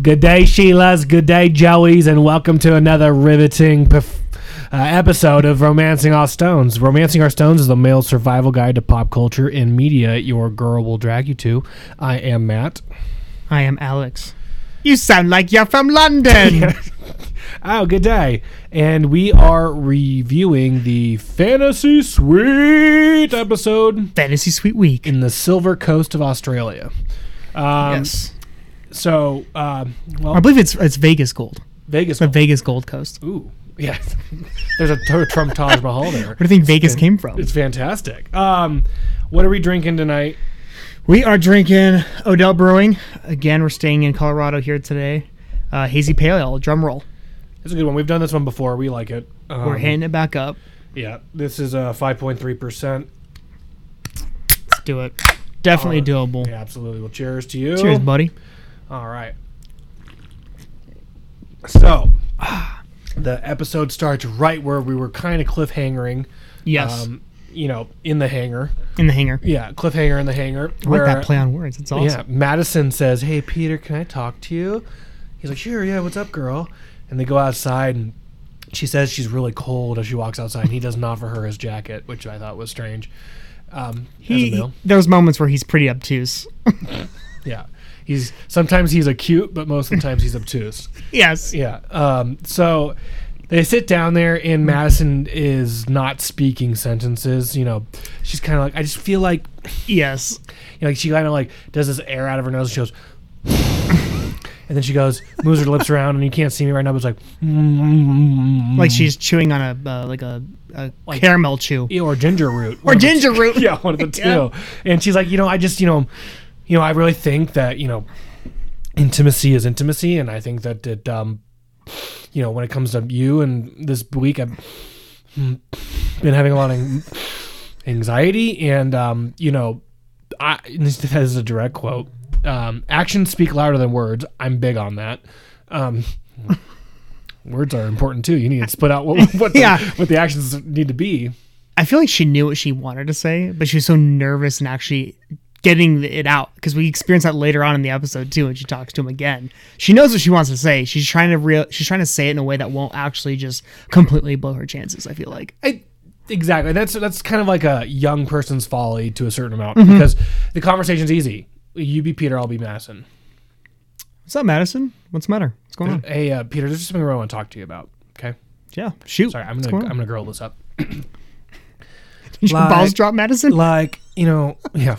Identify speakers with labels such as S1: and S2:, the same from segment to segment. S1: Good day, Sheilas. Good day, Joeys, and welcome to another riveting perf- uh, episode of Romancing Our Stones. Romancing Our Stones is a male survival guide to pop culture and media your girl will drag you to. I am Matt.
S2: I am Alex. You sound like you're from London.
S1: Oh, good day. And we are reviewing the Fantasy Suite episode
S2: Fantasy Suite Week.
S1: in the Silver Coast of Australia. Um,
S2: yes.
S1: So, um, well,
S2: I believe it's it's Vegas Gold.
S1: Vegas.
S2: The Vegas Gold Coast. Where
S1: Ooh, yeah. There's a Tur- Trump Taj Mahal there.
S2: do you think Vegas came from?
S1: It's fantastic. Um, what are we drinking tonight?
S2: We are drinking Odell Brewing. Again, we're staying in Colorado here today. Uh, hazy Pale Ale, drum roll.
S1: It's a good one. We've done this one before. We like it. Um,
S2: We're hitting it back up.
S1: Yeah, this is a 5.3%.
S2: Let's do it. Definitely
S1: Uh,
S2: doable.
S1: Yeah, absolutely. Well, cheers to you.
S2: Cheers, buddy.
S1: All right. So, the episode starts right where we were kind of cliffhangering.
S2: Yes.
S1: Um, you know, in the hangar.
S2: in the hangar.
S1: Yeah, cliffhanger in the hangar.
S2: I like that play on words. It's awesome.
S1: Yeah, Madison says, "Hey, Peter, can I talk to you?" He's like, "Sure, yeah. What's up, girl?" And they go outside, and she says she's really cold as she walks outside. And he doesn't offer her his jacket, which I thought was strange. Um, as a
S2: He,
S1: male.
S2: there's moments where he's pretty obtuse.
S1: yeah. He's sometimes he's acute, but most of the times he's obtuse.
S2: yes.
S1: Yeah. Um, so they sit down there, and Madison is not speaking sentences. You know, she's kind of like, I just feel like
S2: Yes.
S1: you know, like she kind of like does this air out of her nose. And she goes, and then she goes, moves her lips around, and you can't see me right now, but it's like,
S2: Like she's chewing on a uh, like a, a
S1: Like-
S2: caramel chew
S1: yeah, or ginger root,
S2: or ginger root.
S1: yeah, one of the two.
S2: Yeah.
S1: And she's like, you know, I just, you know, you know, I really think that you know, intimacy is intimacy, and I think that it, um, you know, when it comes to you and this week, I've been having a lot of anxiety, and um, you know, I and this that is a direct quote. Um, actions speak louder than words. I'm big on that. Um, words are important too. You need to split out what what the,
S2: Yeah.
S1: what the actions need to be.
S2: I feel like she knew what she wanted to say, but she was so nervous and actually getting it out because we experience that later on in the episode too when she talks to him again. She knows what she wants to say. She's trying to real. She's trying to say it in a way that won't actually just completely blow her chances. I feel like
S1: I exactly. That's that's kind of like a young person's folly to a certain amount because the conversation's easy. You be Peter, I'll be Madison.
S2: what's up, Madison? What's the matter? What's going on?
S1: Hey, uh, Peter, there's just something I want to talk to you about. Okay,
S2: Yeah, shoot.
S1: sorry, I'm
S2: What's
S1: gonna
S2: going
S1: I'm
S2: on?
S1: gonna grill this up.
S2: Did your
S1: like-
S2: balls drop, Madison?
S1: Like you know, yeah.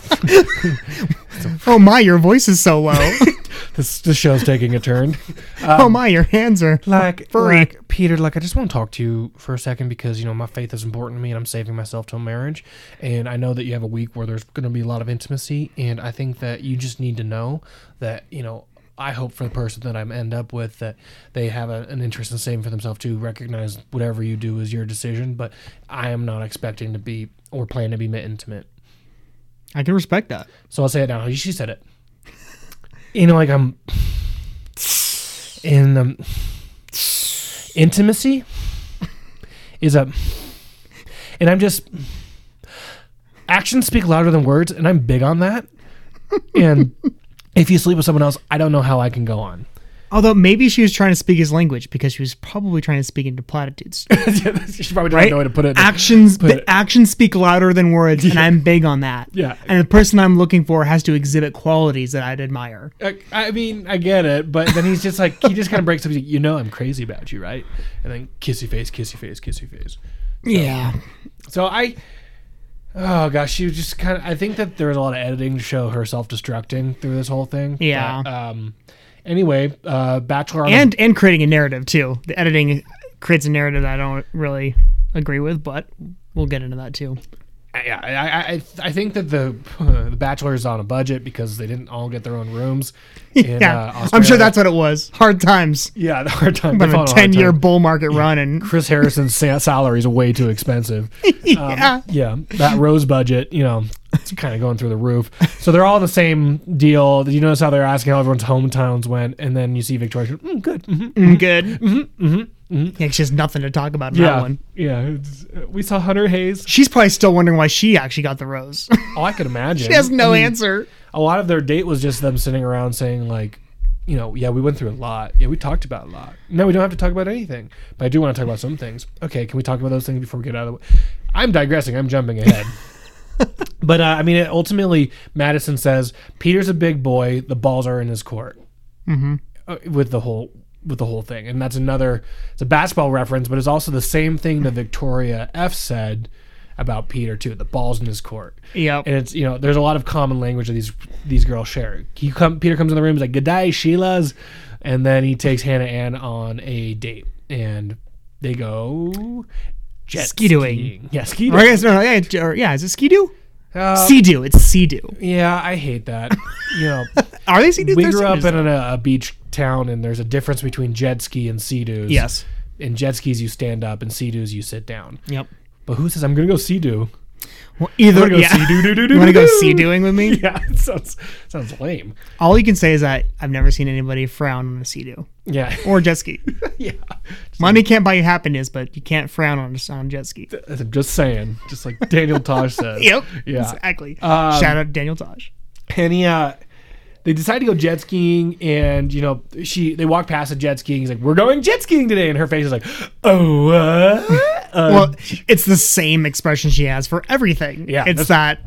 S2: oh my, your voice is so low.
S1: this this show's taking a turn.
S2: oh my, your hands are
S1: Like,
S2: furry.
S1: like Peter, like I just want to talk to you for a second because you know my faith is important to me, and I'm saving myself till marriage. And I know that you have a week where there's going to be a lot of intimacy, and I think that you just need to know that you know. I hope for the person that I am end up with that they have a, an interest in saving for themselves to recognize whatever you do is your decision. But I am not expecting to be or plan to be intimate.
S2: I can respect that.
S1: So I'll say it now. She said it. You know, like I'm in um, intimacy is a, and I'm just actions speak louder than words, and I'm big on that. And if you sleep with someone else, I don't know how I can go on.
S2: Although maybe she was trying to speak his language because she was probably trying to speak into platitudes.
S1: she probably doesn't
S2: Right?
S1: know how to put it.
S2: actions
S1: put
S2: the
S1: it-
S2: actions speak louder than words and i'm big on that
S1: Yeah.
S2: and the person i'm looking for has to exhibit qualities that i'd admire
S1: I, I mean, I get it, but then he's just like he just kind of breaks up. He's like, you know, I'm crazy about you, right? And then kissy face, kissy face, kissy face.
S2: yeah
S1: So I, oh gosh, she was just kind of. I think that there was a lot of editing to show her self destructing through this whole thing.
S2: Yeah.
S1: But, um. Anyway, uh, Bachelor on a-
S2: and and creating a narrative too the editing creates a narrative that i don't really agree with but we'll get into that too
S1: yeah, I, I I- I think that the the Bachelor is on a budget because they didn't all get their own rooms. In,
S2: yeah
S1: uh,
S2: i'm sure
S1: Australia.
S2: that's what it was hard times
S1: yeah the hard time.
S2: but
S1: they
S2: a
S1: fought a hard Um,
S2: 10 year
S1: time.
S2: bull market run and
S1: Chris Harrison's sa- salary is way too expensive.
S2: yeah
S1: Yeah, that rose budget, you know, it's kind of going through the roof. So they're all the same deal. Did you notice how they're asking how everyone's hometowns went? And then you see Victoria, mm, good. mhm."
S2: mm, good mm-hmm, mm-hmm, Yeah, it's just nothing to talk about in that one
S1: Yeah. it's- uh, We saw Hunter Hayes.
S2: she's probably still wondering why she actually got the rose
S1: Oh, I could imagine.
S2: she has no answer
S1: A lot of their date was just them sitting around saying, like, you know, yeah, we went through a lot. Yeah, we talked about a lot. No, we don't have to talk about anything, but I do want to talk about some things. Okay, can we talk about those things before we get out of the way? I'm digressing. I'm jumping ahead. but uh, I mean, it, ultimately, Madison says Peter's a big boy. The balls are in his court. Uh, with the whole with the whole thing, and that's another. It's a basketball reference, but it's also the same thing that Victoria F said about Peter too. The balls in his court.
S2: Yep.
S1: And it's you know there's a lot of common language that these these girls share. He come Peter comes in the room, he's like good day Sheila's, and then he takes Hannah Ann on a date, and they go jet
S2: Skidoing.
S1: skiing. Yeah, skiing.
S2: Or I guess, no, no, yeah, j- or, yeah, is it Skidoo?
S1: Uh,
S2: Sea-Doo. It's Sea-Doo.
S1: yeah, I hate that. You know,
S2: Are they Sea-Doos?
S1: we
S2: They're
S1: grew up
S2: Sea-Doos.
S1: in a, a beach town, and there's a difference between jet ski and sea doos.
S2: Yes.
S1: In jet skis, you stand up, and sea doos, you sit down.
S2: Yep.
S1: But who says I'm gonna go sea doo?
S2: Well, either
S1: I'm gonna go sea doo doo doo doo.
S2: You want to go
S1: doo.
S2: Sea-Dooing with me?
S1: Yeah, it sounds sounds lame.
S2: All you can say is that I've never seen anybody frown on a Sea-Doo
S1: Yeah,
S2: or a jet ski.
S1: yeah.
S2: Money can't buy you happiness, but you can't frown on a, on a jet ski.
S1: I'm just saying, just like Daniel Tosh said.
S2: Yep.
S1: Yeah.
S2: Exactly.
S1: Um,
S2: Shout out Daniel Tosh.
S1: And he, uh, they decide to go jet skiing, and you know, she they walk past the jet skiing. He's like, "We're going jet skiing today," and her face is like, "Oh, uh, uh."
S2: well, it's the same expression she has for everything.
S1: Yeah,
S2: It's that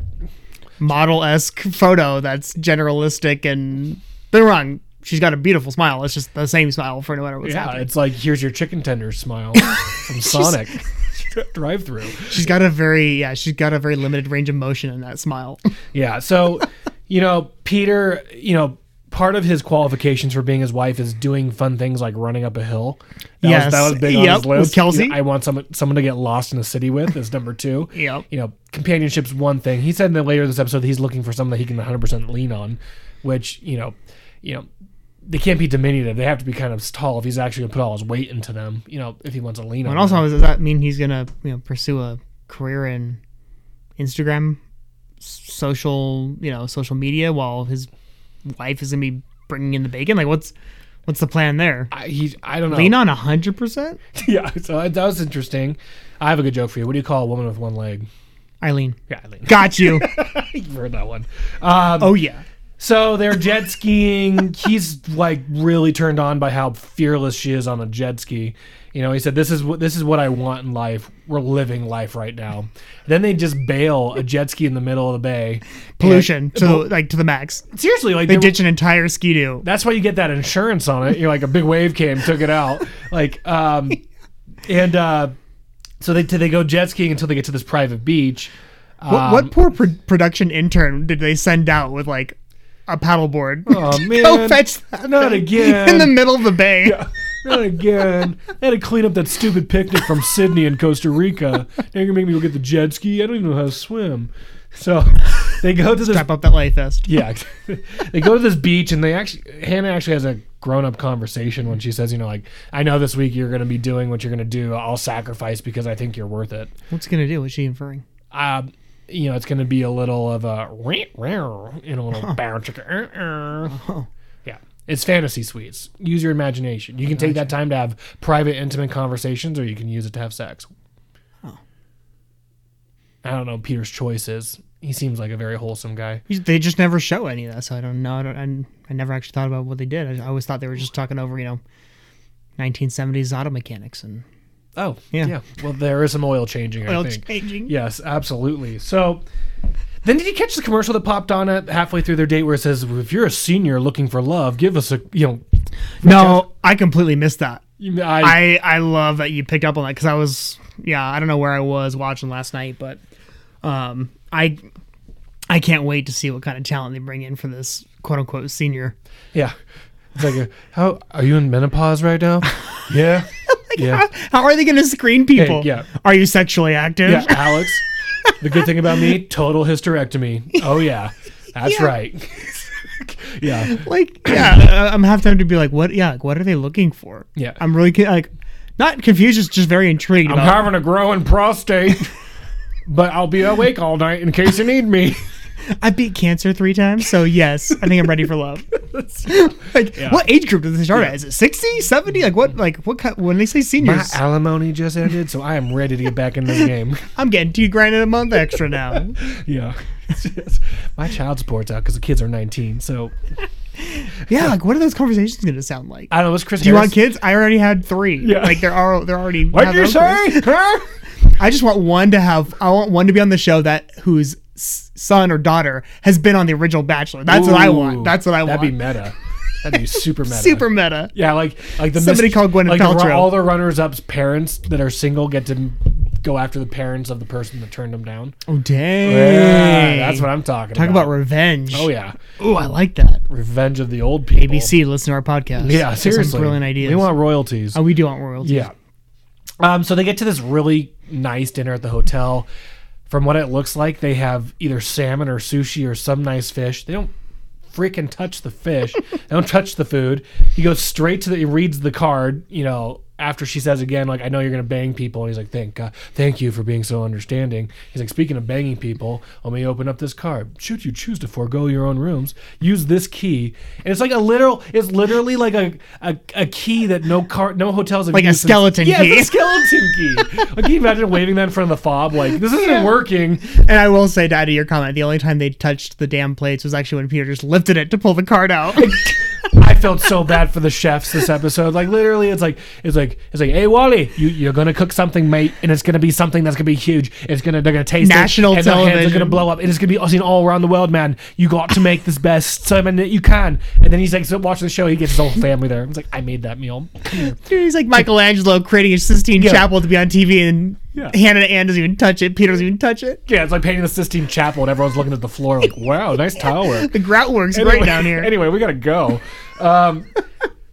S2: model esque photo that's generalistic and been wrong. She's got a beautiful smile. It's just the same smile for no matter what's
S1: yeah."
S2: happening.
S1: It's like, "Here's your chicken tender smile from Sonic." Drive through.
S2: She's got a very yeah, she's got a very limited range of motion in that smile.
S1: Yeah. So, you know, Peter, you know, part of his qualifications for being his wife is doing fun things like running up a hill. That
S2: Yes.
S1: Was, that was big on
S2: Yep,
S1: his
S2: with
S1: list.
S2: Kelsey.
S1: You know, I want someone someone to get lost in a city with is number two.
S2: Yep.
S1: You know, companionship's one thing. He said in the later this episode that he's looking for someone that he can 100% lean on, which you know, you know. They can't be diminutive. They have to be kind of tall if he's actually gonna put all his weight into them. You know, if he wants to lean on.
S2: and
S1: them.
S2: also, does that mean he's gonna you know pursue a career in Instagram, s- social you know social media, while his wife is gonna be bringing in the bacon? Like, what's what's the plan there?
S1: I, he, I don't know.
S2: Lean on hundred percent,
S1: Yeah, so that was interesting. I have a good joke for you. What do you call a woman with one leg?
S2: Eileen.
S1: Yeah, I think
S2: Got you.
S1: you've heard that one. Um,
S2: oh yeah.
S1: So they're jet skiing. He's like really turned on by how fearless she is on a jet ski. You know, he said, "This is what this is what I want in life. We're living life right now." Then they just bail a jet ski in the middle of the bay.
S2: Pollution to like to the max.
S1: And- seriously, like
S2: They
S1: there-
S2: ditch an entire skidoo.
S1: That's why you get that insurance on it. You're like a big wave came, took it out. Like, um, and uh, so they they go jet skiing until they get to this private beach.
S2: What,
S1: um,
S2: what poor pro- production intern did they send out with like a paddleboard?
S1: Oh man!
S2: Go fetch that
S1: Not
S2: thing
S1: again!
S2: in the middle of the bay.
S1: Not again! They had to clean up that stupid picnic from Sydney and Costa Rica. Now you're gonna make me go get the jet ski. I don't even know how to swim. So they go to this
S2: Wrap up that life vest.
S1: yeah, they go to this beach and they actually Hannah actually has a grown up conversation when she says, you know, like I know this week you're going to be doing what you're going to do. I'll sacrifice because I think you're worth it.
S2: What's he gonna do? What's she inferring?
S1: Um, you know, it's going to be a little of a you know, a little bounce. uh-uh. Yeah, it's fantasy suites. Use your imagination. You can take that time to have private, intimate conversations, or you can use it to have sex. I don't know what Peter's choice is. He seems like a very wholesome guy.
S2: You- They just never show any of that, so I don't know. I, don't, I, I never actually thought about what they did. I, I always thought they were just talking over, you know, 1970s auto mechanics and
S1: Oh,
S2: Yeah.
S1: Well, there is some oil changing,
S2: oil
S1: I think.
S2: changing.
S1: Yes, absolutely. So then did you catch the commercial that popped on at halfway through their date where it says, if you're a senior looking for love, give us a, you know,
S2: No, I completely missed that.
S1: you- I,
S2: I I love that you picked up on that because I was yeah I don't know where I was watching last night, but um I I can't wait to see what kind of talent they bring in for this quote unquote senior.
S1: yeah. It's like, a, how, are you in menopause right now? yeah. yeah.
S2: How are they going to screen people?
S1: yeah.
S2: Are you sexually active?
S1: Yeah, Alex. The good thing about me, total hysterectomy. Oh, yeah. That's
S2: Yeah.
S1: right. yeah.
S2: like yeah I- i'm half tempted to be like what yeah like, what are they looking for
S1: Yeah.
S2: i'm really con- like not confused just just very intrigued
S1: I'm
S2: about
S1: having a growing prostate, but I'll be awake all night in case you need me.
S2: i beat cancer three times so yes i think i'm ready for love like what age group does this start at is it 60 70 like what like what kind when they say
S1: My
S2: seniors
S1: alimony just ended, so I am ready to get back in this game.
S2: i'm getting two grand a month extra now
S1: Yeah. It's just- my child support's out because the kids are 19. So
S2: Yeah, like what are those conversations going to sound like?
S1: I don't know. Was Chris?
S2: Do you
S1: Harris-
S2: want kids? I already had three.
S1: Yeah.
S2: Like they're all they're already.
S1: What
S2: have
S1: did you
S2: their own
S1: say?
S2: careers. I just want one to have. I want one to be on the show that whose s- son or daughter has been on the original Bachelor. That's what I
S1: Ooh,
S2: want. That's what I want.
S1: That'd be meta. That'd be super meta.
S2: super meta.
S1: Yeah, like like the
S2: Somebody called Gwyneth
S1: like the-
S2: Paltrow.
S1: all the runners up's parents that are single get to m- go after the parents of the person that turned them down.
S2: Oh dang!
S1: Yeah, that's what I'm talking
S2: Talk
S1: about.
S2: about revenge.
S1: oh yeah,
S2: Oh, I like that.
S1: revenge of the old people.
S2: ABC, listen to our podcast.
S1: Yeah,
S2: There's some
S1: seriously.
S2: brilliant ideas.
S1: We want royalties.
S2: oh, we do want royalties.
S1: Yeah. Um, so they get to this really nice dinner at the hotel. From what it looks like, they have either salmon or sushi or some nice fish. They don't freaking touch the fish. they don't touch the food. He goes straight to the. He reads the card. You know, after she says again, like, "I know you're gonna bang people," and he's like, "Thank God, thank you for being so understanding." He's like, "Speaking of banging people, let me open up this card. Should you choose to forego your own rooms, use this key." And it's like a literal. It's literally like a a, a key that no car, no hotels have
S2: Like a
S1: used since-
S2: skeleton
S1: yeah, it's
S2: key.
S1: a skeleton key. like, can you imagine waving that in front of the fob? Like, this isn't working.
S2: And I will say, to add to your comment, the only time they touched the damn plates was actually when Peter just lifted it to pull the card out.
S1: I felt so bad for the chefs this episode. Like literally, it's like it's like it's like, hey Wally, you, you're gonna cook something, mate, and it's gonna be something that's gonna be huge. It's gonna they're gonna taste
S2: National
S1: it, and their hands are
S2: television.
S1: gonna blow up, and it's gonna be seen all around the world, man. You got to make this best, so I mean, you can. And then he's like, so watching the show, he gets his whole family there. It's like, I made that meal.
S2: Dude, he's like Michelangelo creating a Sistine
S1: Yeah.
S2: Chapel to be on TV, and
S1: Yeah.
S2: Hannah Ann doesn't even touch it. Peter doesn't even touch it.
S1: Yeah, it's like painting the Sistine Chapel, and everyone's looking at the floor like, wow, nice tile work.
S2: The grout works
S1: Anyway-
S2: great down here.
S1: Anyway, we gotta go. Um,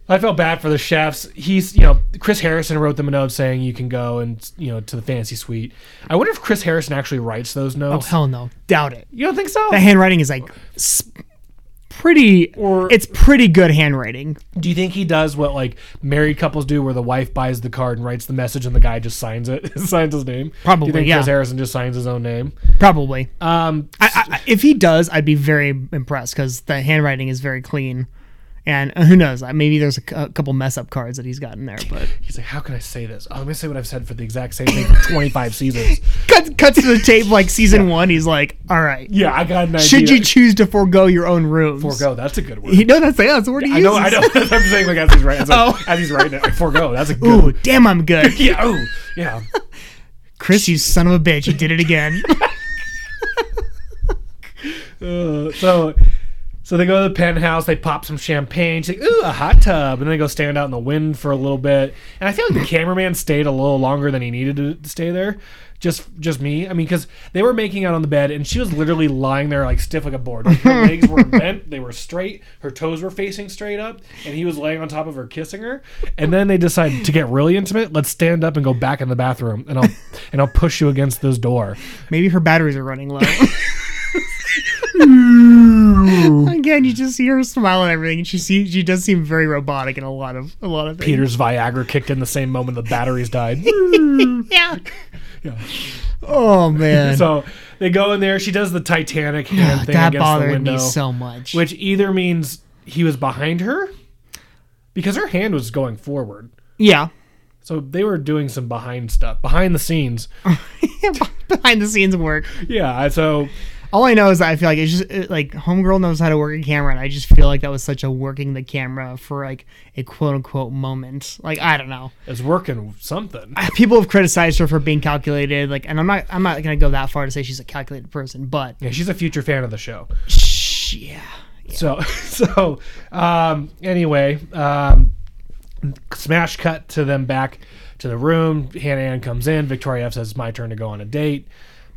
S1: I felt bad for the chefs. He's, you know, Chris Harrison wrote them a note saying you can go and you know to the fancy suite. I wonder if Chris Harrison actually writes those
S2: oh
S1: notes.
S2: hell no, doubt it.
S1: you don't think so?
S2: The handwriting is like sp- pretty.
S1: Or-
S2: it's pretty good handwriting.
S1: Do you think he does what like married couples do, where the wife buys the card and writes the message, and the guy just signs it, signs his name? Do
S2: Probably,
S1: you think
S2: yeah.
S1: Chris Harrison just signs his own name?
S2: Probably.
S1: Um,
S2: I, I, if he does, I'd be very impressed because the handwriting is very clean. And uh, who knows? I- Maybe there's a, c- a couple mess up cards that he's gotten there, but
S1: he's like, how can I say this? Oh, I'm gonna say what I've said for the exact same thing for 25 seasons.
S2: cut, cuts to the tape like season one. He's like, "All right,
S1: Yeah, I got an idea.
S2: should you choose to forego your own rooms?"
S1: forego? That's a good word.
S2: He, no, that's yeah, that's the word he
S1: I know, I
S2: uses.
S1: know. I'm saying like as he's right, as, like,
S2: Oh.
S1: as he's right now, like, forego. That's a good.
S2: Ooh, damn, I'm good.
S1: Yeah. Oh, yeah.
S2: Chris, you son of a bitch, you did it again.
S1: Uh, so, so they go to the penthouse. They pop some champagne. She's like, "Ooh, a hot tub," and then they go stand out in the wind for a little bit. And I feel like the cameraman stayed a little longer than he needed to, to stay there. Just, just me. I mean, because they were making out on the bed, and she was literally lying there like stiff like a board. Like, her legs were bent; they were straight. Her toes were facing straight up, and he was laying on top of her, kissing her. And then they decide to get really intimate. Let's stand up and go back in the bathroom, and I'll, and I'll push you against this door.
S2: Maybe her batteries are running low. again, you just see her smile and everything, and she see, she does seem very robotic in a lot of a lot of things.
S1: Peter's Viagra kicked in the same moment the batteries died.
S2: Yeah.
S1: Yeah.
S2: Oh man.
S1: so they go in there. She does the Titanic hand thing
S2: that
S1: against the
S2: bothered
S1: window,
S2: me so much.
S1: which either means he was behind her because her hand was going forward.
S2: yeah.
S1: So they were doing some behind stuff, behind the scenes.
S2: Behind the scenes work.
S1: yeah. I- So
S2: All I know is that I feel like it's just it, like Homegirl knows how to work a camera, and I just feel like that was such a working the camera for like a quote unquote moment. Like I don't know.
S1: it's working something.
S2: People have criticized her for being calculated, like, and I'm not I'm not gonna go that far to say she's a calculated person, but
S1: Yeah, she's a future fan of the show.
S2: sh- yeah.
S1: So so um, anyway, um, smash cut to them back to the room. Hannah Ann comes in. Victoria F says, "My turn to go on a date."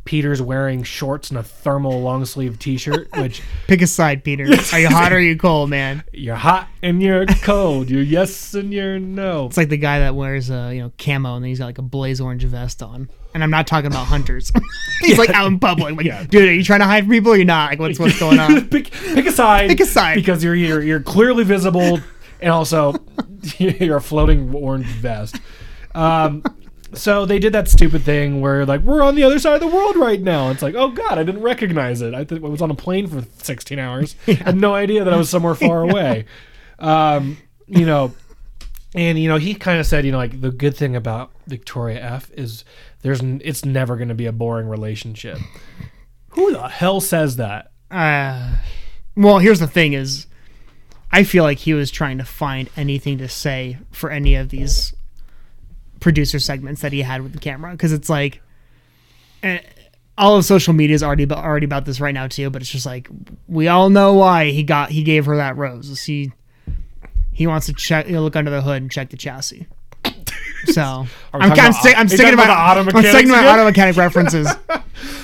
S1: Peter's wearing shorts and a thermal long sleeve T-shirt, which
S2: Pick a side, Peter. Are you hot or are you cold, man?
S1: you're hot and you're cold. You're yes and you're no.
S2: It's like the guy that wears uh, you know camo and then he's got like a blaze orange vest on. And I'm not talking about hunters. he's like out in public, like,
S1: Yeah.
S2: dude, are you trying to hide from people? Or you're not. Like, what's what's going on?
S1: pick, pick a side.
S2: Pick a side.
S1: because you're you're, you're clearly visible, and also you're a floating orange vest. Um, so they did that stupid thing where like we're on the other side of the world right now. It's like oh god, I didn't recognize it. I, th- I was on a plane for 16 hours. I had no idea that I was somewhere far away. Um, you know. And you know, he kind of said, you know, like the good thing about Victoria F is there's n- it's never going to be a boring relationship. Who the hell says that?
S2: Uh, well, here's the thing: is I feel like he was trying to find anything to say for any of these producer segments that he had with the camera because it's like eh, all of social media is already about, already about this right now too but it's just like we all know why he got he gave her that rose he he wants to check you know, look under the hood and check the chassis so
S1: we
S2: I'm,
S1: talking
S2: I'm,
S1: about
S2: sti-
S1: au-
S2: I'm
S1: are you
S2: sticking
S1: talking
S2: to my
S1: about the auto
S2: I'm sticking to my
S1: mechanics
S2: auto mechanic references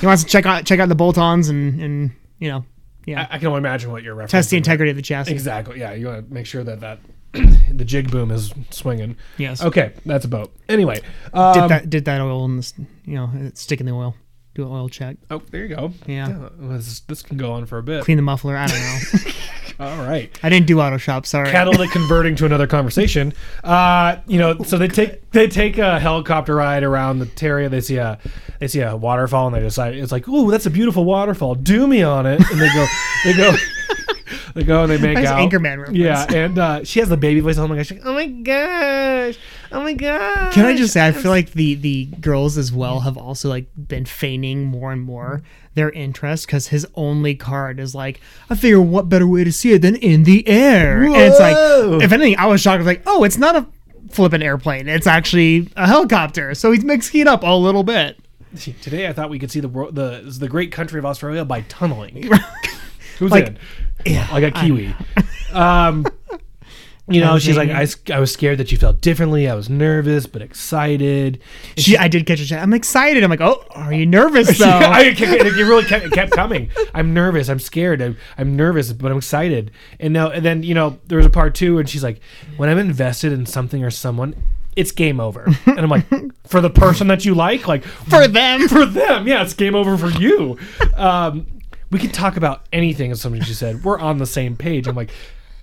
S2: he wants to check out check out the bolt-ons and and you know yeah
S1: I, I can only imagine what you're referencing.
S2: test the integrity of the chassis
S1: Exactly. Yeah, you want to make sure that that the jig boom is swinging.
S2: yes
S1: Okay, that's a boat. Anyway, um,
S2: dip that dip that oil in this you know uh, stick in the oil do an oil check
S1: oh, there you go.
S2: Yeah.
S1: this, this can go on for a bit.
S2: clean the muffler i don't know
S1: All right.
S2: I didn't do auto shop. Sorry.
S1: Catalytic converting to another conversation. Uh, you know, so they take they take a helicopter ride around the area. They see a they see a waterfall, and they decide it's like, ooh, that's a beautiful waterfall. Do me on it, and they go they go they go and they make
S2: Nice
S1: out.
S2: Anchorman reference.
S1: Yeah, and uh, she has the baby voice. Oh my gosh! Oh my gosh! Oh my gosh!
S2: Can I just say I feel like the the girls as well have also like been feigning more and more their interest because his only card is like I figure what better way to see it than in the air and it's like
S1: Whoa.
S2: if anything I was shocked I was like oh it's not a flippant airplane it's actually a helicopter so he's mixing it up a little bit
S1: Today, I thought we could see the wor- the the great country of Australia by tunneling. Who's
S2: Like-
S1: in?
S2: yeah
S1: Like a kiwi. Um, you know, she's like, I, s- I was scared that you felt differently. I was nervous but excited. And
S2: she I did catch a chat I'm excited I'm like oh are you nervous though
S1: I, it kept- it really kept, it kept coming. I'm nervous. I'm scared. I'm, I'm nervous, but I'm excited. And now, and then, you know, there was a part two, and she's like, "When I'm invested in something or someone, it's game over." And I'm like, "For the person that you like, like
S2: for them
S1: for them. Yeah, it's game over for you. Um, we can talk about anything, as somebody just said. We're on the same page. I'm like,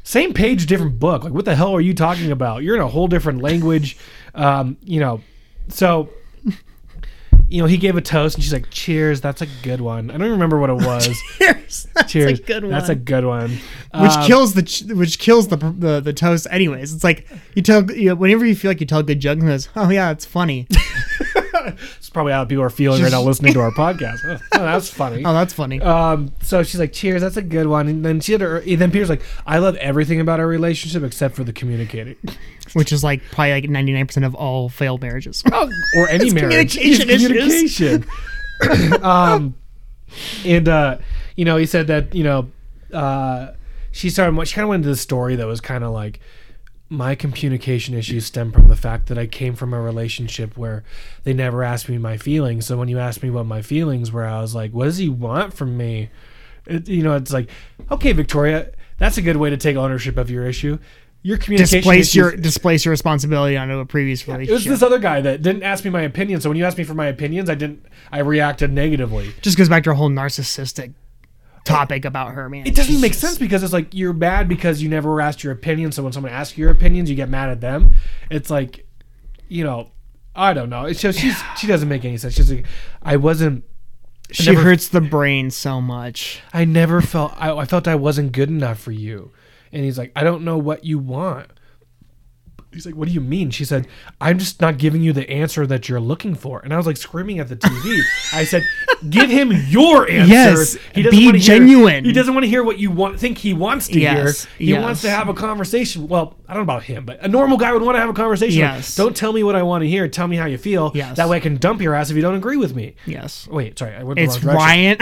S1: same page, different book. Like, what the hell are you talking about? You're in a whole different language. Um, you know, so. You know, he gave a toast, and she's like, "Cheers, that's a good one." I don't even remember what it was.
S2: Cheers that's
S1: Cheers,
S2: a good one
S1: That's a good one.
S2: which
S1: Um,
S2: kills the ch- which kills the, the the toast anyways. It's like you tell you know, whenever you feel like you tell good jokes, and goes, oh yeah, it's funny.
S1: It's probably how people are feeling right now listening to our podcast. Oh, that's funny.
S2: oh, that's funny.
S1: Um, so she's like, "Cheers, that's a good one." And then she had her, and then Peter's like, "I love everything about our relationship except for the communicating,
S2: which is like probably like ninety nine percent of all failed marriages.
S1: or any
S2: It's
S1: marriage.
S2: communication
S1: It's
S2: issues.
S1: communication. um, and uh, you know, he said that you know, uh, she started. She kind of went into the story that was kind of like. My communication issues stem from the fact that I came from a relationship where they never asked me my feelings. So when you asked me what my feelings were, I was like, "What does he want from me?" it, you know, it's like, okay, Victoria, that's a good way to take ownership of your issue. Your communication
S2: displace
S1: issues-
S2: your displace your responsibility onto a previous
S1: It was
S2: relationship.
S1: this other guy that didn't ask me my opinion. So when you asked me for my opinions, I didn't. I reacted negatively.
S2: Just goes back to our whole narcissistic topic about her man.
S1: It doesn't make sense because it's like you're mad because you never were asked your opinion. So when someone asks your opinions, you get mad at them. It's like, you know, I don't know. It's just she's she doesn't make any sense. She's like, I wasn't.
S2: She
S1: never-
S2: hurts the brain so much.
S1: I never felt I, I felt I wasn't good enough for you. And he's like, I don't know what you want. He's like, What do you mean? She said, I'm just not giving you the answer that you're looking for. And I was like screaming at the TV. I said, Give him your answer.
S2: Yes, be
S1: wanna hear-
S2: genuine.
S1: he doesn't want to hear what you want think he wants to
S2: Yes,
S1: hear. He
S2: yes.
S1: wants to have a conversation. Well, I don't know about him, but a normal guy would want to have a conversation. Like,
S2: Yes.
S1: don't tell me what I want to hear. Tell me how you feel.
S2: Yes.
S1: That way I can dump your ass if you don't agree with me.
S2: Yes.
S1: Wait, sorry, I went the
S2: It's
S1: wrong direction.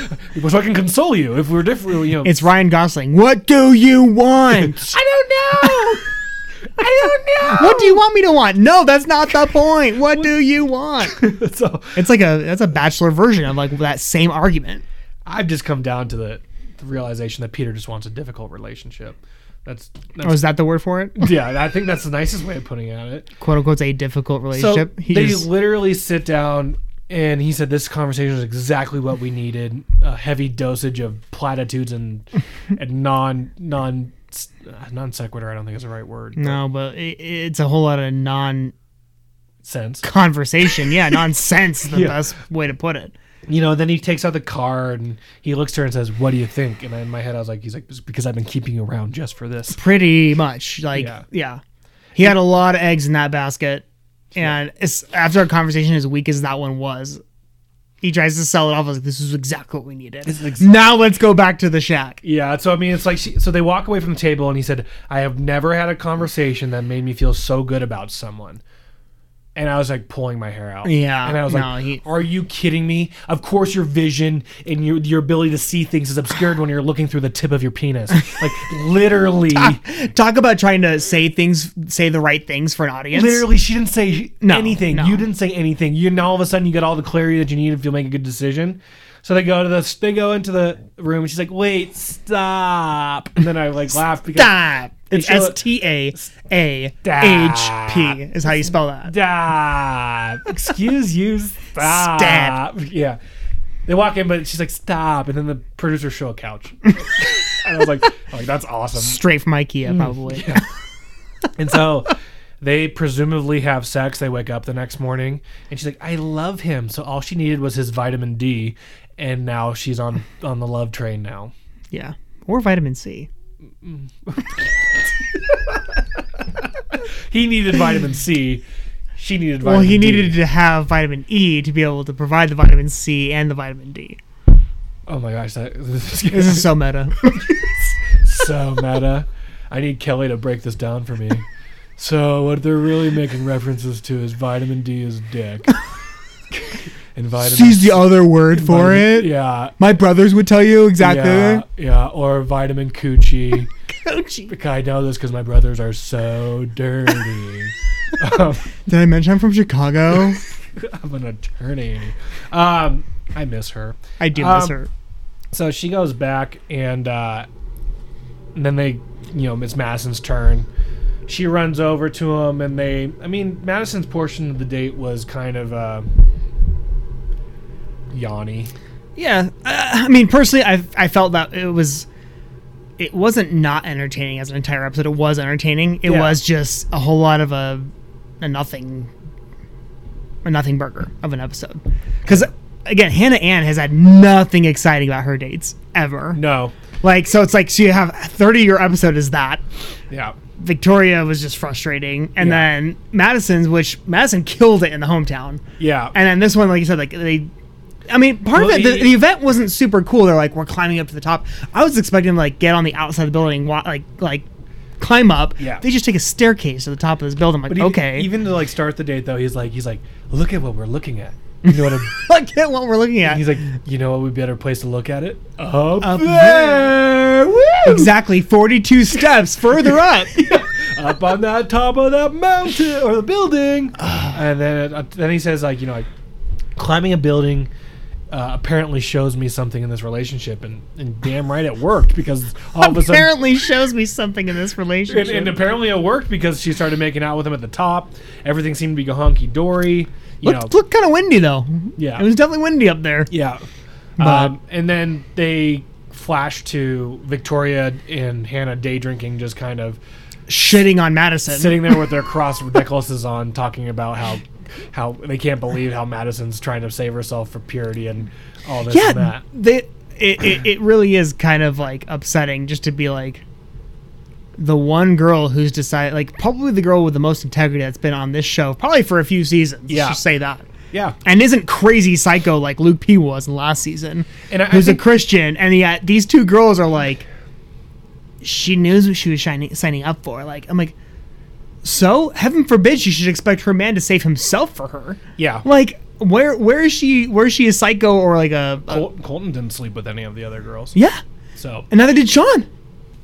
S2: Ryan.
S1: So I can console you if we're different. You know,
S2: It's Ryan Gosling. What do you want?
S1: I don't know. I
S2: what do you want me to want? No, that's not the point. What do you want?
S1: know. so
S2: It's like a that's a bachelor version of like that same argument.
S1: I've just come down to the, the realization that Peter just wants a difficult relationship. That's,
S2: Or
S1: that's
S2: Oh, is that the word for it?
S1: yeah. I think that's the nicest way of putting it.
S2: "Quote unquote" a difficult
S1: So
S2: relationship. he
S1: they
S2: just,
S1: literally sit down, and he said, "This conversation is exactly what we needed: a heavy dosage of platitudes and and non non uh, non sequitur. I don't think is the right word.
S2: no, but it, it's a whole lot of non-conversation.
S1: Sense.
S2: Yeah, nonsense. is The
S1: Yeah.
S2: best way to put it.
S1: you know, then he takes out the card and he looks to her and says, "What do you think?" And in my head, I was like, "He's like "It's because I've been keeping you around just for this."
S2: Pretty much, like
S1: Yeah.
S2: yeah. He had a lot of eggs in that basket, and it's, after a conversation as weak as that one was, he tries to sell it off. I was like, this is exactly what we needed.
S1: This is ex-
S2: now let's go back to the shack.
S1: Yeah, so I mean, it's like she, so they walk away from the table, and he said, "I have never had a conversation that made me feel so good about someone." And I was like pulling my hair out.
S2: Yeah,
S1: and I was
S2: no,
S1: like,
S2: he-
S1: "Are you kidding me? Of course, your vision and your your ability to see things is obscured when you're looking through the tip of your penis. Like literally,
S2: Talk about trying to say things, say the right things for an audience.
S1: literally, she didn't say
S2: No,
S1: anything.
S2: no.
S1: You didn't say anything. You now all of a sudden you get all the clarity that you need if you make a good decision." So they go to the they go into the room. and She's like, "Wait, stop!" And then I like laugh because
S2: Stop. It's
S1: It's-
S2: S T A A H P is how you spell that.
S1: stop. Excuse you. Stop. Yeah. They walk in, but she's like, stop. And then the producers show a couch. and I was like, oh, that's awesome.
S2: Straight from
S1: Mm.
S2: IKEA, probably.
S1: And so they presumably have sex. They wake up the next morning, and she's like, I love him. So all she needed was his vitamin D. And now she's on, on the love train now.
S2: yeah. Or vitamin C.
S1: He needed vitamin C. She needed vitamin
S2: Well, he
S1: D.
S2: needed to have vitamin E to be able to provide the vitamin C and the vitamin D.
S1: Oh my gosh, that,
S2: This is so meta.
S1: so meta. I need Kelly to break this down for me. So what they're really making references to is vitamin D is dick. and vitamin
S2: other word
S1: vitamin- Yeah.
S2: My brothers would tell you
S1: Yeah, yeah, or vitamin coochie. Oh,
S2: Coachy.
S1: I know this because my brothers are so dirty. um,
S2: Did I mention I'm from Chicago?
S1: I'm an attorney. Um, I miss her.
S2: I do miss
S1: Um,
S2: her.
S1: So she goes back, and, uh, and then they, you know, it's Madison's turn. She runs over to him, and they. I mean, Madison's portion of the date was kind of uh, yawny.
S2: Yeah, uh, I mean, personally, I I felt that it was, it wasn't not entertaining as an entire episode. It was entertaining. It
S1: Yeah.
S2: was just a whole lot of a, a nothing, a nothing burger of an episode. Because again, Hannah Ann has had nothing exciting about her dates ever.
S1: No,
S2: Like, so it's like so you have a thirty year episode is that.
S1: yeah,
S2: Victoria was just frustrating, and
S1: Yeah.
S2: then Madison's, which Madison killed it in the hometown.
S1: yeah,
S2: And then this one, like you said, like they. I mean, part
S1: Well,
S2: of it, the,
S1: it-
S2: the event wasn't super cool. They're like, we're climbing up to the top. I was expecting them to, like get on the outside of the building, wa- like like climb up.
S1: Yeah.
S2: They just take a staircase to the top of this building. I'm like,
S1: even,
S2: okay,
S1: Even to like start the date though, he's like, he's like, look at what we're looking at. You know what? I'm,
S2: look at what we're looking at.
S1: he's like, you know what? Would be a better place to look at it up,
S2: Up
S1: there. Woo!
S2: exactly 42 steps further up.
S1: up on that top of that mountain or the building. and then uh, then he says like you know like climbing a building uh, apparently shows me something in this relationship and, and damn right it worked because all of a sudden
S2: Apparently, shows me something in this
S1: and,
S2: relationship.
S1: and apparently it worked because she started making out with him at the top. Everything seemed to be honky dory. You know,
S2: looked looked kind of windy though.
S1: Yeah.
S2: it was definitely windy up there.
S1: Yeah.
S2: But-
S1: um, and then they flash to Victoria and Hannah day drinking, just kind of
S2: Shitting on Madison.
S1: sitting there with their cross necklaces on, talking about how how they can't believe how Madison's trying to save herself for purity and all this and
S2: yeah,
S1: that.
S2: they, it, it, it really is kind of like upsetting just to be like the one girl who's decided, like probably the girl with the most integrity that's been on this show, probably for a few seasons.
S1: Yeah.
S2: Yeah, just say that.
S1: Yeah,
S2: And isn't crazy psycho like Luke P was in last season,
S1: And I- I
S2: who's
S1: think-
S2: a Christian, and yet these two girls are like, she knows what she was shining, signing up for. Like, I'm like, so heaven forbid she should expect her man to save himself for her.
S1: yeah.
S2: Like, where where is she? Where is she a psycho or like a- a
S1: Col- Colton didn't sleep with any of the other girls.
S2: yeah,
S1: So
S2: and neither did Sean.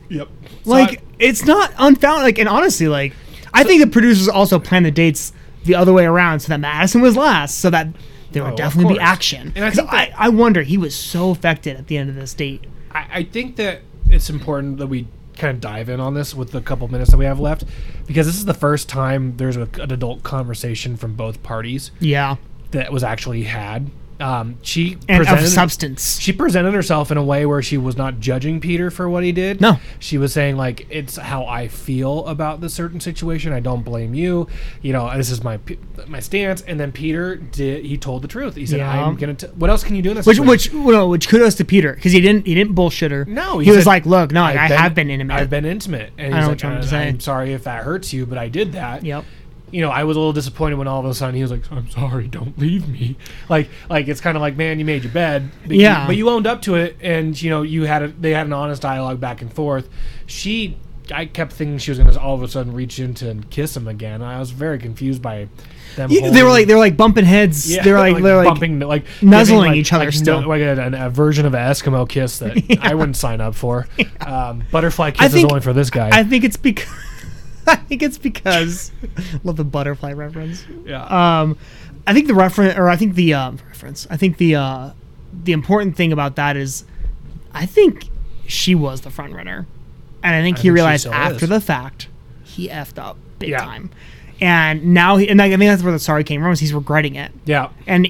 S1: yep. So
S2: Like
S1: I-
S2: it's not unfounded. Like and honestly, like I think the producers also planned the dates the other way around so that Madison was last, so that there
S1: Oh,
S2: would
S1: of
S2: definitely be
S1: course.
S2: action.
S1: And I
S2: 'Cause
S1: think that-
S2: I, I wonder he was so affected at the end of this date.
S1: I, I think that it's important that we kind of dive in on this with the couple minutes that we have left because this is the first time there's a, an adult conversation from both parties
S2: Yeah,
S1: that was actually had. Um, she
S2: and
S1: presented,
S2: of substance.
S1: she presented herself in a way where she was not judging Peter for what he did.
S2: No.
S1: She was saying like it's how I feel about the certain situation. I don't blame you. You know, this is my p- my stance and then Peter did he told the truth. He said
S2: Yeah.
S1: I'm going to what else can you do in this
S2: Which,
S1: situation?"
S2: which, no, which kudos to Peter because he didn't, he didn't bullshit her.
S1: No,
S2: he,
S1: he
S2: was
S1: said,
S2: like, look, no, like,
S1: I've
S2: I have been intimate.
S1: I've been intimate. And
S2: I
S1: he's like,
S2: know
S1: uh,
S2: what you're trying to
S1: "I-
S2: say."
S1: I'm sorry if that hurts you, but I did that.
S2: Yep.
S1: you know, I was a little disappointed when all of a sudden he was like, "I'm sorry, don't leave me." Like, like it's kind of like, man, you made your bed, but you-
S2: Yeah.
S1: but you owned up to it, and you know, you had a, they had an honest dialogue back and forth. She, I kept thinking she was gonna all of a sudden reach into and kiss him again. I was very confused by them.
S2: You- they were
S1: holding-
S2: like they were like bumping heads.
S1: yeah,
S2: they were like, they're like
S1: bumping, like
S2: nuzzling
S1: giving, like-
S2: each other
S1: like,
S2: still.
S1: no- like a, an- a version of an Eskimo kiss that I wouldn't sign up for. Um, butterfly kiss
S2: think-
S1: is only for this guy.
S2: I think it's because I think it's because love the butterfly reference.
S1: yeah.
S2: Um, I think the reference, or I think the um, reference, I think the uh, the important thing about that is, I think she was the front runner, and I think he
S1: think she
S2: realized
S1: still
S2: after
S1: is.
S2: the fact he effed up big
S1: Yeah.
S2: time, and now he, and I think that's where the sorry came from is he's regretting it,
S1: yeah,
S2: and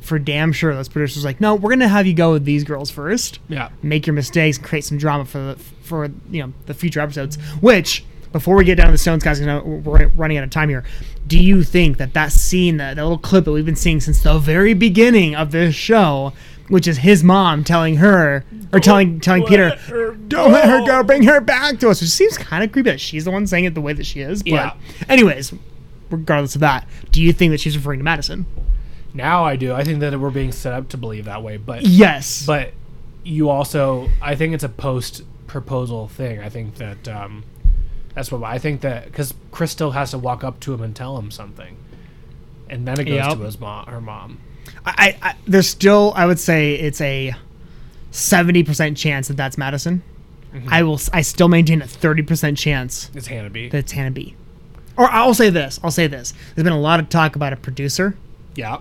S2: for damn sure those producers were like, no, we're gonna have you go with these girls first,
S1: yeah,
S2: make your mistakes and create some drama for the for you know the future episodes. Which before we get down to the Stones guys, 'cause I know we're running out of time here. Do you think that that scene, that, that little clip that we've been seeing since the very beginning of this show, which is his mom telling her or telling telling Peter, don't let her go, bring her back to us, which seems kind of creepy that she's the one saying it the way that she is. But
S1: Yeah.
S2: anyways, regardless of that, do you think that she's referring to Madison?
S1: Now I do. I think that we're being set up to believe that way, but
S2: Yes.
S1: but you also, I think it's a post proposal thing. I think that um, that's what I think that because Chris still has to walk up to him and tell him something, and then it goes
S2: Yep.
S1: to his mom, her mom.
S2: I, I there's still I would say it's a seventy percent chance that that's Madison.
S1: Mm-hmm.
S2: I will s- I still maintain a thirty percent chance
S1: It's Hannah B.
S2: that it's Hannah B. Or I'll say this. I'll say this. There's been a lot of talk about a producer,
S1: yeah,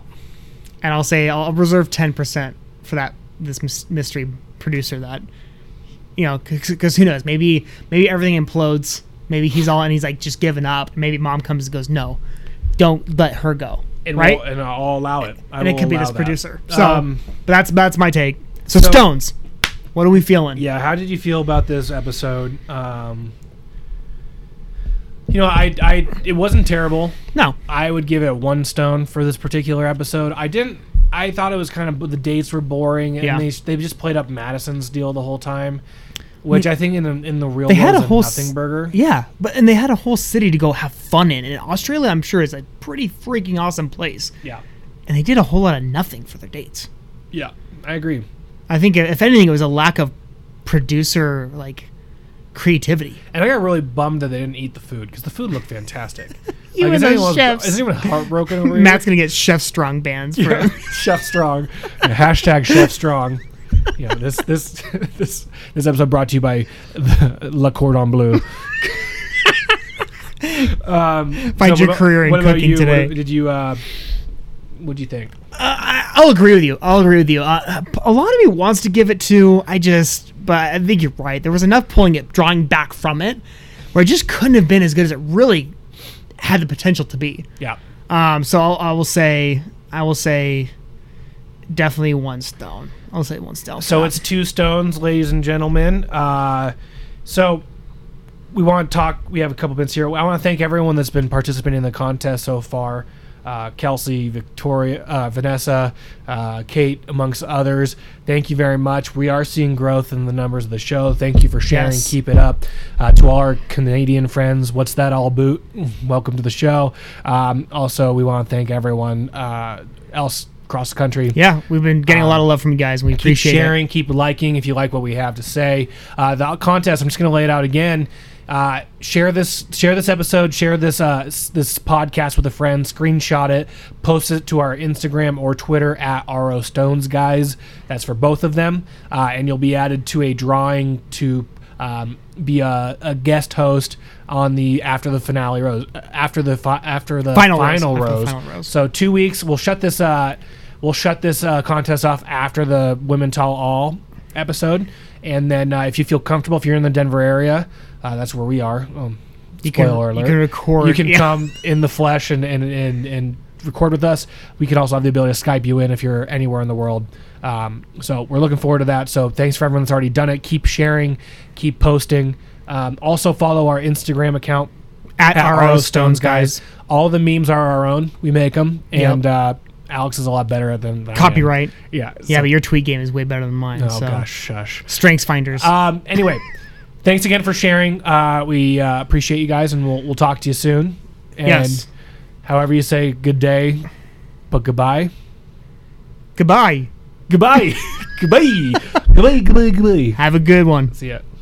S2: and I'll say I'll reserve ten percent for that this mys- mystery producer that you know because who knows maybe maybe everything implodes maybe he's all and he's like just giving up maybe mom comes and goes no don't let her go
S1: and
S2: right
S1: we'll, and I'll allow it. I
S2: and it
S1: will
S2: could be
S1: allow
S2: this
S1: that.
S2: producer. So
S1: Um,
S2: but that's that's my take. So,
S1: So-
S2: Stones, what are we feeling?
S1: yeah how did you feel about this episode um you know i i it wasn't terrible
S2: No,
S1: i would give it one stone for this particular episode i didn't i thought it was kind of the dates were boring and
S2: Yeah.
S1: they, they just played up madison's deal the whole time which i think in the, in the real
S2: they
S1: world
S2: had
S1: is
S2: a whole s-
S1: nothing burger
S2: yeah, but and they had a whole city to go have fun in, and Australia, I'm sure, is a pretty freaking awesome place.
S1: yeah
S2: And they did a whole lot of nothing for their dates.
S1: yeah i agree
S2: I think if anything, it was a lack of producer like creativity.
S1: and i got really bummed that they didn't eat the food because the food looked fantastic
S2: You
S1: like,
S2: and
S1: is,
S2: those
S1: anyone,
S2: chefs.
S1: is anyone heartbroken over here?
S2: Matt's gonna get chef strong bands for
S1: Yeah. chef strong hashtag chef strong yeah this this this this episode brought to you by the la cordon bleu um
S2: Find your
S1: about-
S2: career in
S1: what about
S2: cooking
S1: you? What
S2: today.
S1: did you uh what'd you think
S2: I- I'll agree with you. I'll agree with you. Uh, a lot of me wants to give it to. I just, but I think you're right. There was enough pulling it, drawing back from it, where it just couldn't have been as good as it really had the potential to be.
S1: yeah
S2: Um, so I'll, I will say, I will say, definitely one stone. I'll say one stone.
S1: so it's two stones ladies and gentlemen uh so we want to talk we have a couple minutes here i want to thank everyone that's been participating in the contest so far uh, kelsey victoria uh, vanessa uh, kate amongst others thank you very much we are seeing growth in the numbers of the show thank you for sharing
S2: Yes.
S1: keep it up uh, to all our canadian friends what's that all boot welcome to the show um, also we want to thank everyone uh, else across the country
S2: yeah, we've been getting a lot of love from you guys, and we
S1: Um, keep
S2: appreciate it.
S1: sharing, keep liking if you like what we have to say. Uh, the contest, I'm just going to lay it out again. Uh, share this, share this episode, share this uh, s- this podcast with a friend. Screenshot it, post it to our Instagram or Twitter at ro stones guys. That's for both of them, uh, and you'll be added to a drawing to um, be a, a guest host on the after the finale rose after the fi- after the
S2: Final rose,
S1: final
S2: after the
S1: rose.
S2: final rose.
S1: So two weeks. We'll shut this. Uh, we'll shut this uh, contest off after the Women Tall All episode, and then uh, if you feel comfortable, if you're in the Denver area, uh, that's where we are. Um,
S2: You can,
S1: spoiler
S2: you
S1: alert.
S2: can record.
S1: You can
S2: yeah.
S1: come in the flesh and and and. and Record with us. We could also have the ability to Skype you in if you're anywhere in the world. Um, so we're looking forward to that. So thanks for everyone that's already done it. Keep sharing, keep posting. Um, also follow our Instagram account
S2: at,
S1: at
S2: RO Stones guys.
S1: All the memes are our own. We make them, and uh, Alex is a lot better than than I am.
S2: Copyright.
S1: Yeah.
S2: Yeah,
S1: so-
S2: but your tweet game is way better than mine.
S1: oh
S2: so.
S1: gosh, shush.
S2: Strengths finders.
S1: Um, anyway, thanks again for sharing. Uh, we uh, appreciate you guys, and we'll we'll talk to you soon. And
S2: Yes.
S1: however you say good day, but goodbye.
S2: Goodbye.
S1: Goodbye. goodbye. Goodbye. Goodbye. Goodbye. Goodbye.
S2: Have a good one.
S1: See ya.